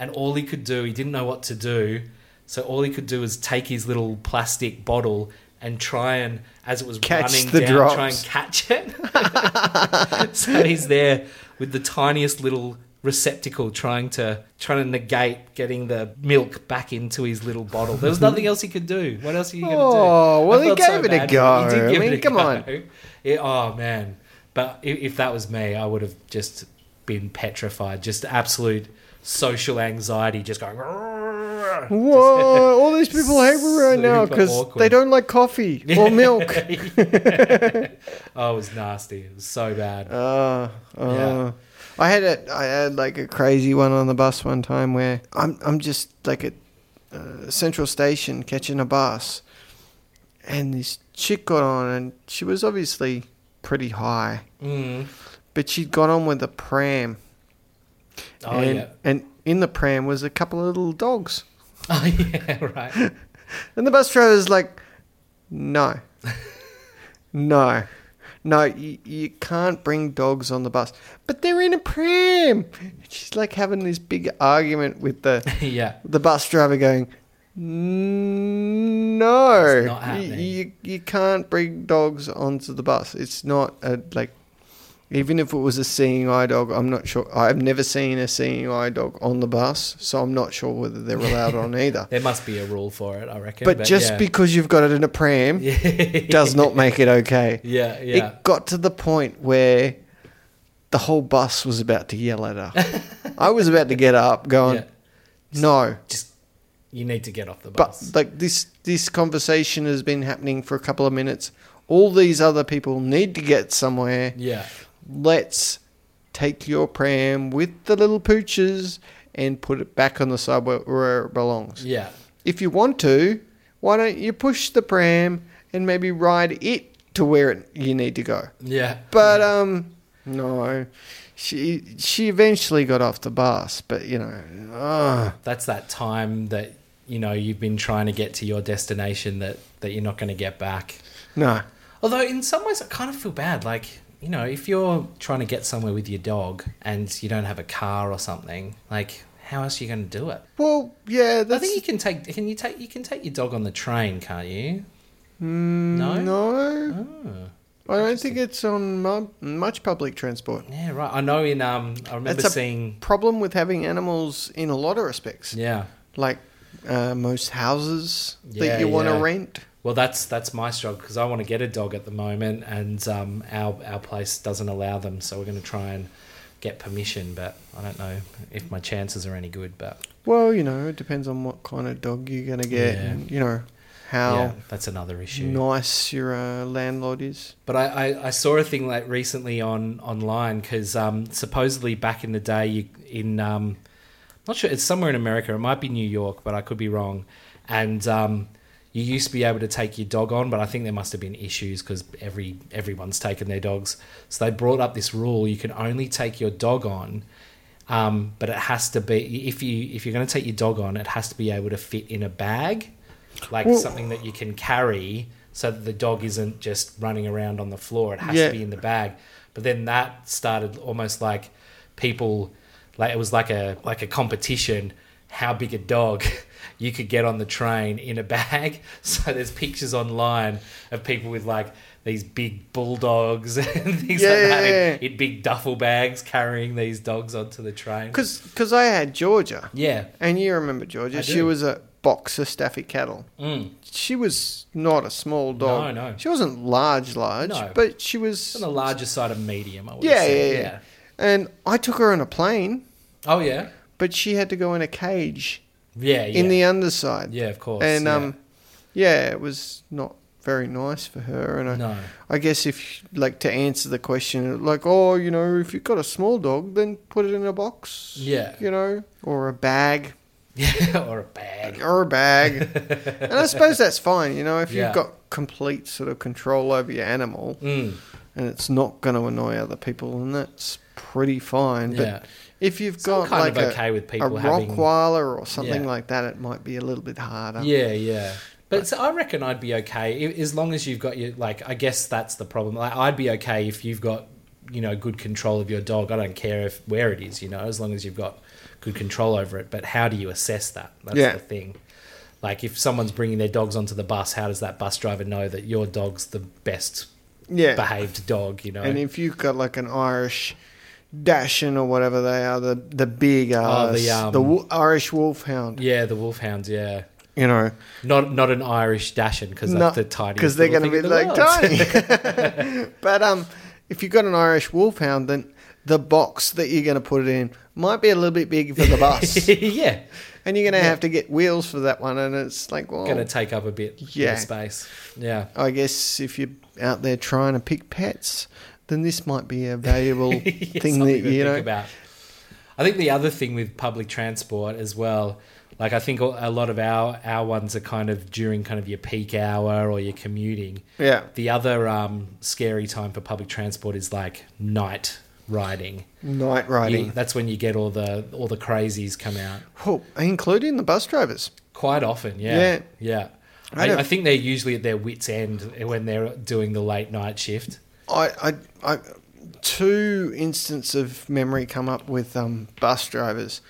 C: And all he could do, he didn't know what to do. So all he could do was take his little plastic bottle and try and, as it was
B: Catch
C: running
B: the
C: down, try and
B: drops.
C: catch it. so he's there with the tiniest little receptacle trying to trying to negate getting the milk back into his little bottle. There was nothing else he could do. What else are you going to do?
B: Oh, well,
C: I
B: he
C: felt
B: gave it a
C: bad for him.
B: go. I mean, come on.
C: go. It- oh man, but if, if that was me, I would have just been petrified, just absolute social anxiety, just going. "Rrrr."
B: Whoa! All these people hate me right now
C: Super
B: because
C: awkward.
B: they don't like coffee or milk.
C: oh, it was nasty. It was so bad.
B: Uh, uh.
C: Yeah.
B: I had a, I had like a crazy one on the bus one time where I'm, I'm just like at uh, Central Station catching a bus, and this chick got on, and she was obviously pretty high,
C: Mm.
B: but she'd got on with a pram,
C: Oh
B: and,
C: yeah.
B: and in the pram was a couple of little dogs,
C: Oh yeah. Right.
B: and the bus driver's like, no, no. No, you, you can't bring dogs on the bus. But they're in a pram. She's like having this big argument with the
C: yeah.
B: the bus driver going,
C: It's
B: no,
C: not happening."
B: you, you, you can't bring dogs onto the bus. It's not a like, even if it was a seeing eye dog, I'm not sure. I've never seen a seeing eye dog on the bus, so I'm not sure whether they're allowed on either.
C: There must be a rule for it, I reckon.
B: But just
C: yeah.
B: because you've got it in a pram does not make it okay.
C: yeah, yeah.
B: It got to the point where the whole bus was about to yell at her. I was about to get up, going,
C: Yeah.
B: no.
C: Just you need to get off the
B: but
C: bus.
B: like this this conversation has been happening for a couple of minutes all these other people need to get somewhere
C: yeah.
B: let's take your pram with the little pooches and put it back on the side where, where it belongs
C: Yeah.
B: if you want to why don't you push the pram and maybe ride it to where it, you need to go
C: Yeah.
B: but
C: Mm.
B: um no she she eventually got off the bus but you know ugh.
C: that's that time that you know you've been trying to get to your destination that that you're not going to get back.
B: no
C: Although in some ways I kind of feel bad. Like you know, if you're trying to get somewhere with your dog and you don't have a car or something, like how else are you going to do it?
B: well yeah that's
C: I think you can take. Can you take? You can take your dog on the train, can't you? No?
B: No.
C: Oh.
B: I don't think it's on mu- much public transport.
C: Yeah, right. I know. In um, I remember
B: That's a-
C: seeing.
B: Problem with having animals in a lot of respects.
C: Yeah.
B: Like, uh, most houses
C: Yeah,
B: that you want to
C: yeah.
B: rent.
C: Well, that's that's my struggle because I want to get a dog at the moment, and um, our our place doesn't allow them. So we're going to try and get permission, but I don't know if my chances are any good. But
B: Well, you know, it depends on what kind of dog you're going to get
C: Yeah.
B: and, you know,
C: yeah,
B: how
C: that's another issue.
B: nice your uh, landlord is.
C: But I, I, I saw a thing like recently on online because um, supposedly back in the day you, in um, not sure it's somewhere in America. It might be New York, but I could be wrong. And um, you used to be able to take your dog on, but I think there must have been issues because every everyone's taken their dogs. So they brought up this rule: you can only take your dog on, um, but it has to be if you if you're going to take your dog on, it has to be able to fit in a bag, like
B: Well-
C: something that you can carry, so that the dog isn't just running around on the floor. It has
B: Yeah.
C: to be in the bag. But then that started almost like people like it was like a like a competition how big a dog you could get on the train in a bag. So there's pictures online of people with like these big bulldogs and things
B: Yeah,
C: like that
B: yeah,
C: in, in big duffel bags carrying these dogs onto the train.
B: Because I had Georgia,
C: Yeah.
B: and you remember Georgia.
C: I
B: She
C: do.
B: was a boxer Staffy cattle.
C: Mm.
B: She was not a small dog.
C: No, no.
B: She wasn't large, large,
C: No.
B: but she was.
C: On the larger side of medium, I would
B: yeah,
C: say.
B: yeah, yeah, And I took her on a plane,
C: Oh yeah.
B: but she had to go in a cage
C: Yeah, yeah.
B: in the underside.
C: yeah, of course.
B: and
C: yeah.
B: um, yeah, it was not very nice for her. And I,
C: no.
B: I guess if like to answer the question, like, oh, you know, if you've got a small dog, then put it in a box.
C: Yeah.
B: You know, or a bag,
C: Yeah, or a bag.
B: or a bag. and I suppose that's fine. You know, if
C: Yeah.
B: you've got complete sort of control over your animal
C: Mm.
B: and it's not going to annoy other people, then that's pretty fine.
C: Yeah.
B: But if you've
C: So I'm
B: got
C: kind
B: like
C: of
B: a,
C: okay with
B: a
C: people having-
B: Rockweiler or something
C: Yeah.
B: like that, it might be a little bit harder.
C: Yeah, yeah. But so I reckon I'd be okay i- as long as you've got your like. I guess that's the problem. Like I'd be okay if you've got you know good control of your dog. I don't care if where it is. You know, as long as you've got good control over it. But how do you assess that? That's
B: Yeah.
C: the thing. Like if someone's bringing their dogs onto the bus, how does that bus driver know that your dog's the best
B: Yeah.
C: behaved dog? You know.
B: And if you've got like an Irish Dachshund or whatever they are, the the big uh,
C: the,
B: the,
C: um,
B: wo- Irish Wolfhound,
C: yeah, the wolfhounds. Yeah,
B: you know,
C: not not an Irish Dachshund because
B: No,
C: that's the tiniest.
B: because they're
C: little
B: going to be
C: thing in
B: like
C: the world.
B: tiny. but um, if you've got an Irish Wolfhound, then the box that you're going to put it in might be a little bit big for the bus,
C: yeah,
B: and you're going to have to get wheels for that one. And it's like, well,
C: going to take up a bit, yeah.
B: Oh. Yeah.
C: of space. Yeah.
B: I guess if you're out there trying to pick pets, then this might be a valuable
C: Yeah,
B: thing
C: something
B: that
C: to
B: you know.
C: think about. I think the other thing with public transport as well, like I think a lot of our our ones are kind of during kind of your peak hour or your commuting.
B: Yeah,
C: The other um, scary time for public transport is like night riding.
B: night
C: You-
B: riding.
C: that's when you get all the all the crazies come out
B: Oh, including the bus drivers.
C: quite often. Yeah, yeah.
B: Yeah. I
C: I,
B: don't-
C: I think they're usually at their wits' end when they're doing the late night shift.
B: I, I, I, two instances of memory come up with um, bus drivers.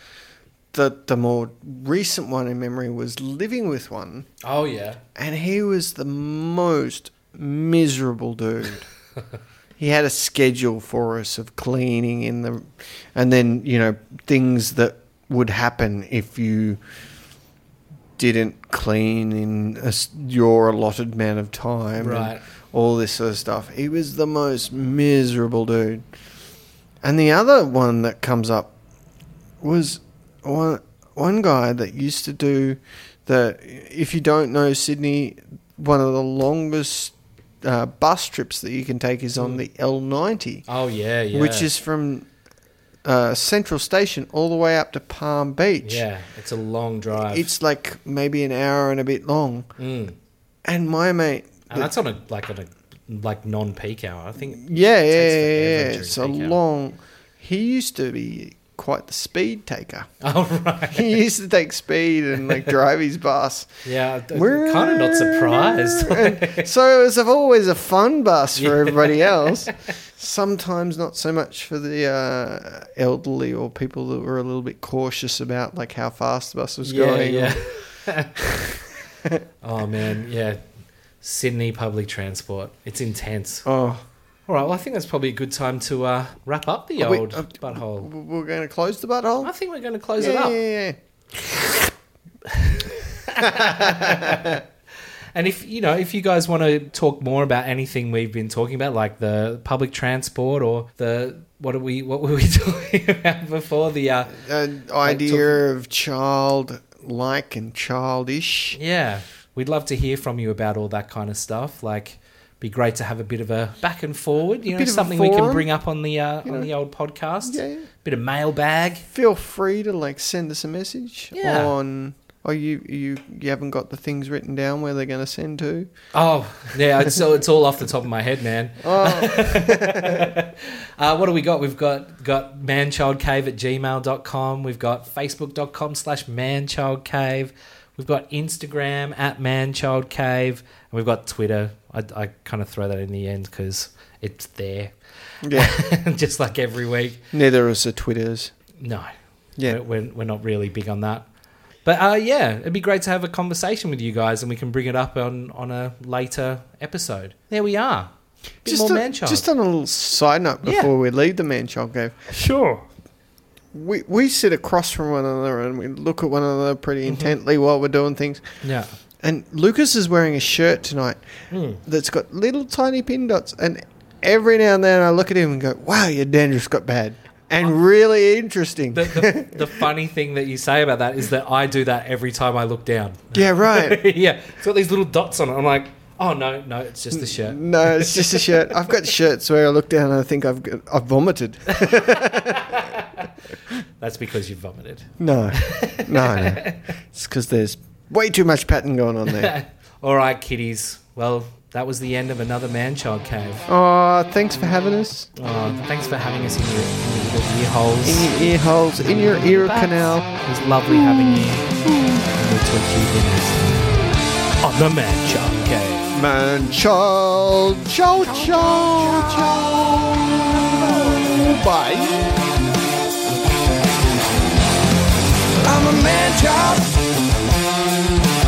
B: The the more recent one in memory was living with one,
C: Oh yeah,
B: and he was the most miserable dude. he had a schedule for us of cleaning in the, and then you know things that would happen if you didn't clean in a s your allotted amount of time. and
C: Right.
B: all this sort of stuff. He was the most miserable dude. And the other one that comes up was one one guy that used to do the. If you don't know Sydney, one of the longest uh, bus trips that you can take is on the L90,
C: oh yeah, Mm. yeah.
B: which is from uh, Central Station all the way up to Palm Beach.
C: yeah, it's a long drive.
B: It's like maybe an hour and a bit long.
C: Mm.
B: And my mate,
C: And that's on a like on a like non peak hour. I think.
B: Yeah, yeah, yeah,
C: takes forever
B: yeah.
C: during
B: It's a
C: peak hour.
B: long. He used to be quite the speed taker.
C: Oh right.
B: He used to take speed and like drive his bus.
C: Yeah, I'm kind of not surprised.
B: And so it was always a fun bus for everybody else. Sometimes not so much for the uh, elderly or people that were a little bit cautious about like how fast the bus was
C: yeah,
B: going.
C: yeah. oh man, yeah. Sydney public transport. It's intense.
B: Oh,
C: All right. Well, I think that's probably a good time to uh, wrap up the
B: Are we-
C: old
B: uh,
C: butthole.
B: we're going to close the
C: I
B: butthole.
C: think we're going to close
B: yeah,
C: it up.
B: yeah, yeah.
C: And if you know, if you guys want to talk more about anything we've been talking about, like the public transport or the what are we what were we talking about before the uh,
B: An idea of child like and childish.
C: yeah, we'd love to hear from you about all that kind of stuff. Like, be great to have a bit of a back and forward. You know,
B: bit of a
C: something we can
B: forum,
C: bring up on the uh,
B: you
C: on
B: know.
C: the old podcast.
B: Yeah.
C: Bit of mailbag.
B: Feel free to like send us a message
C: Yeah.
B: on. Oh, you you you haven't got the things written down where they're going to send to.
C: Oh yeah, it's, so it's all off the top of my head, man.
B: Oh,
C: Uh, what do we got? We've got got manchildcave at gmail.com. We've got facebook.com slash manchildcave. We've got Instagram at manchildcave. And we've got Twitter. I, I kind of throw that in the end because it's there.
B: yeah.
C: Just like every week.
B: Neither is the Twitters.
C: No,
B: Yeah.
C: we're, we're, we're not really big on that. But uh, yeah, it'd be great to have a conversation with you guys and we can bring it up on, on a later episode. There we are. Bit more
B: a-
C: manchild.
B: just on a little side note
C: Yeah.
B: before we leave the man child cave.
C: sure.
B: We we sit across from one another and we look at one another pretty
C: Mm-hmm.
B: intently while we're doing things.
C: Yeah.
B: And Lucas is wearing a shirt tonight
C: Mm.
B: that's got little tiny pin dots. And every now and then I look at him and go, "Wow, your dandruff got bad." And really interesting.
C: Oh. the, the, the funny thing that you say about that is that I do that every time I look down.
B: yeah, right.
C: yeah, it's got these little dots on it. I'm like, oh no, no, it's just a shirt.
B: No, it's just a shirt. I've got shirts where I look down and I think I've got, I've vomited.
C: That's because you vomited.
B: No, no, no. It's because there's way too much pattern going on there.
C: All right, kiddies. Well, that was the end of another man-child cave.
B: Oh, thanks for having us.
C: Oh, thanks for having us in your, in your little ear holes.
B: In your ear holes, in your ear canal.
C: It was lovely having you. And we'll talk to you again next time on the man-child cave.
B: Man, child, chow, chow, chow. Bye.
D: I'm a man child.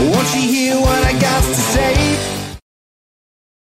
D: Won't you hear what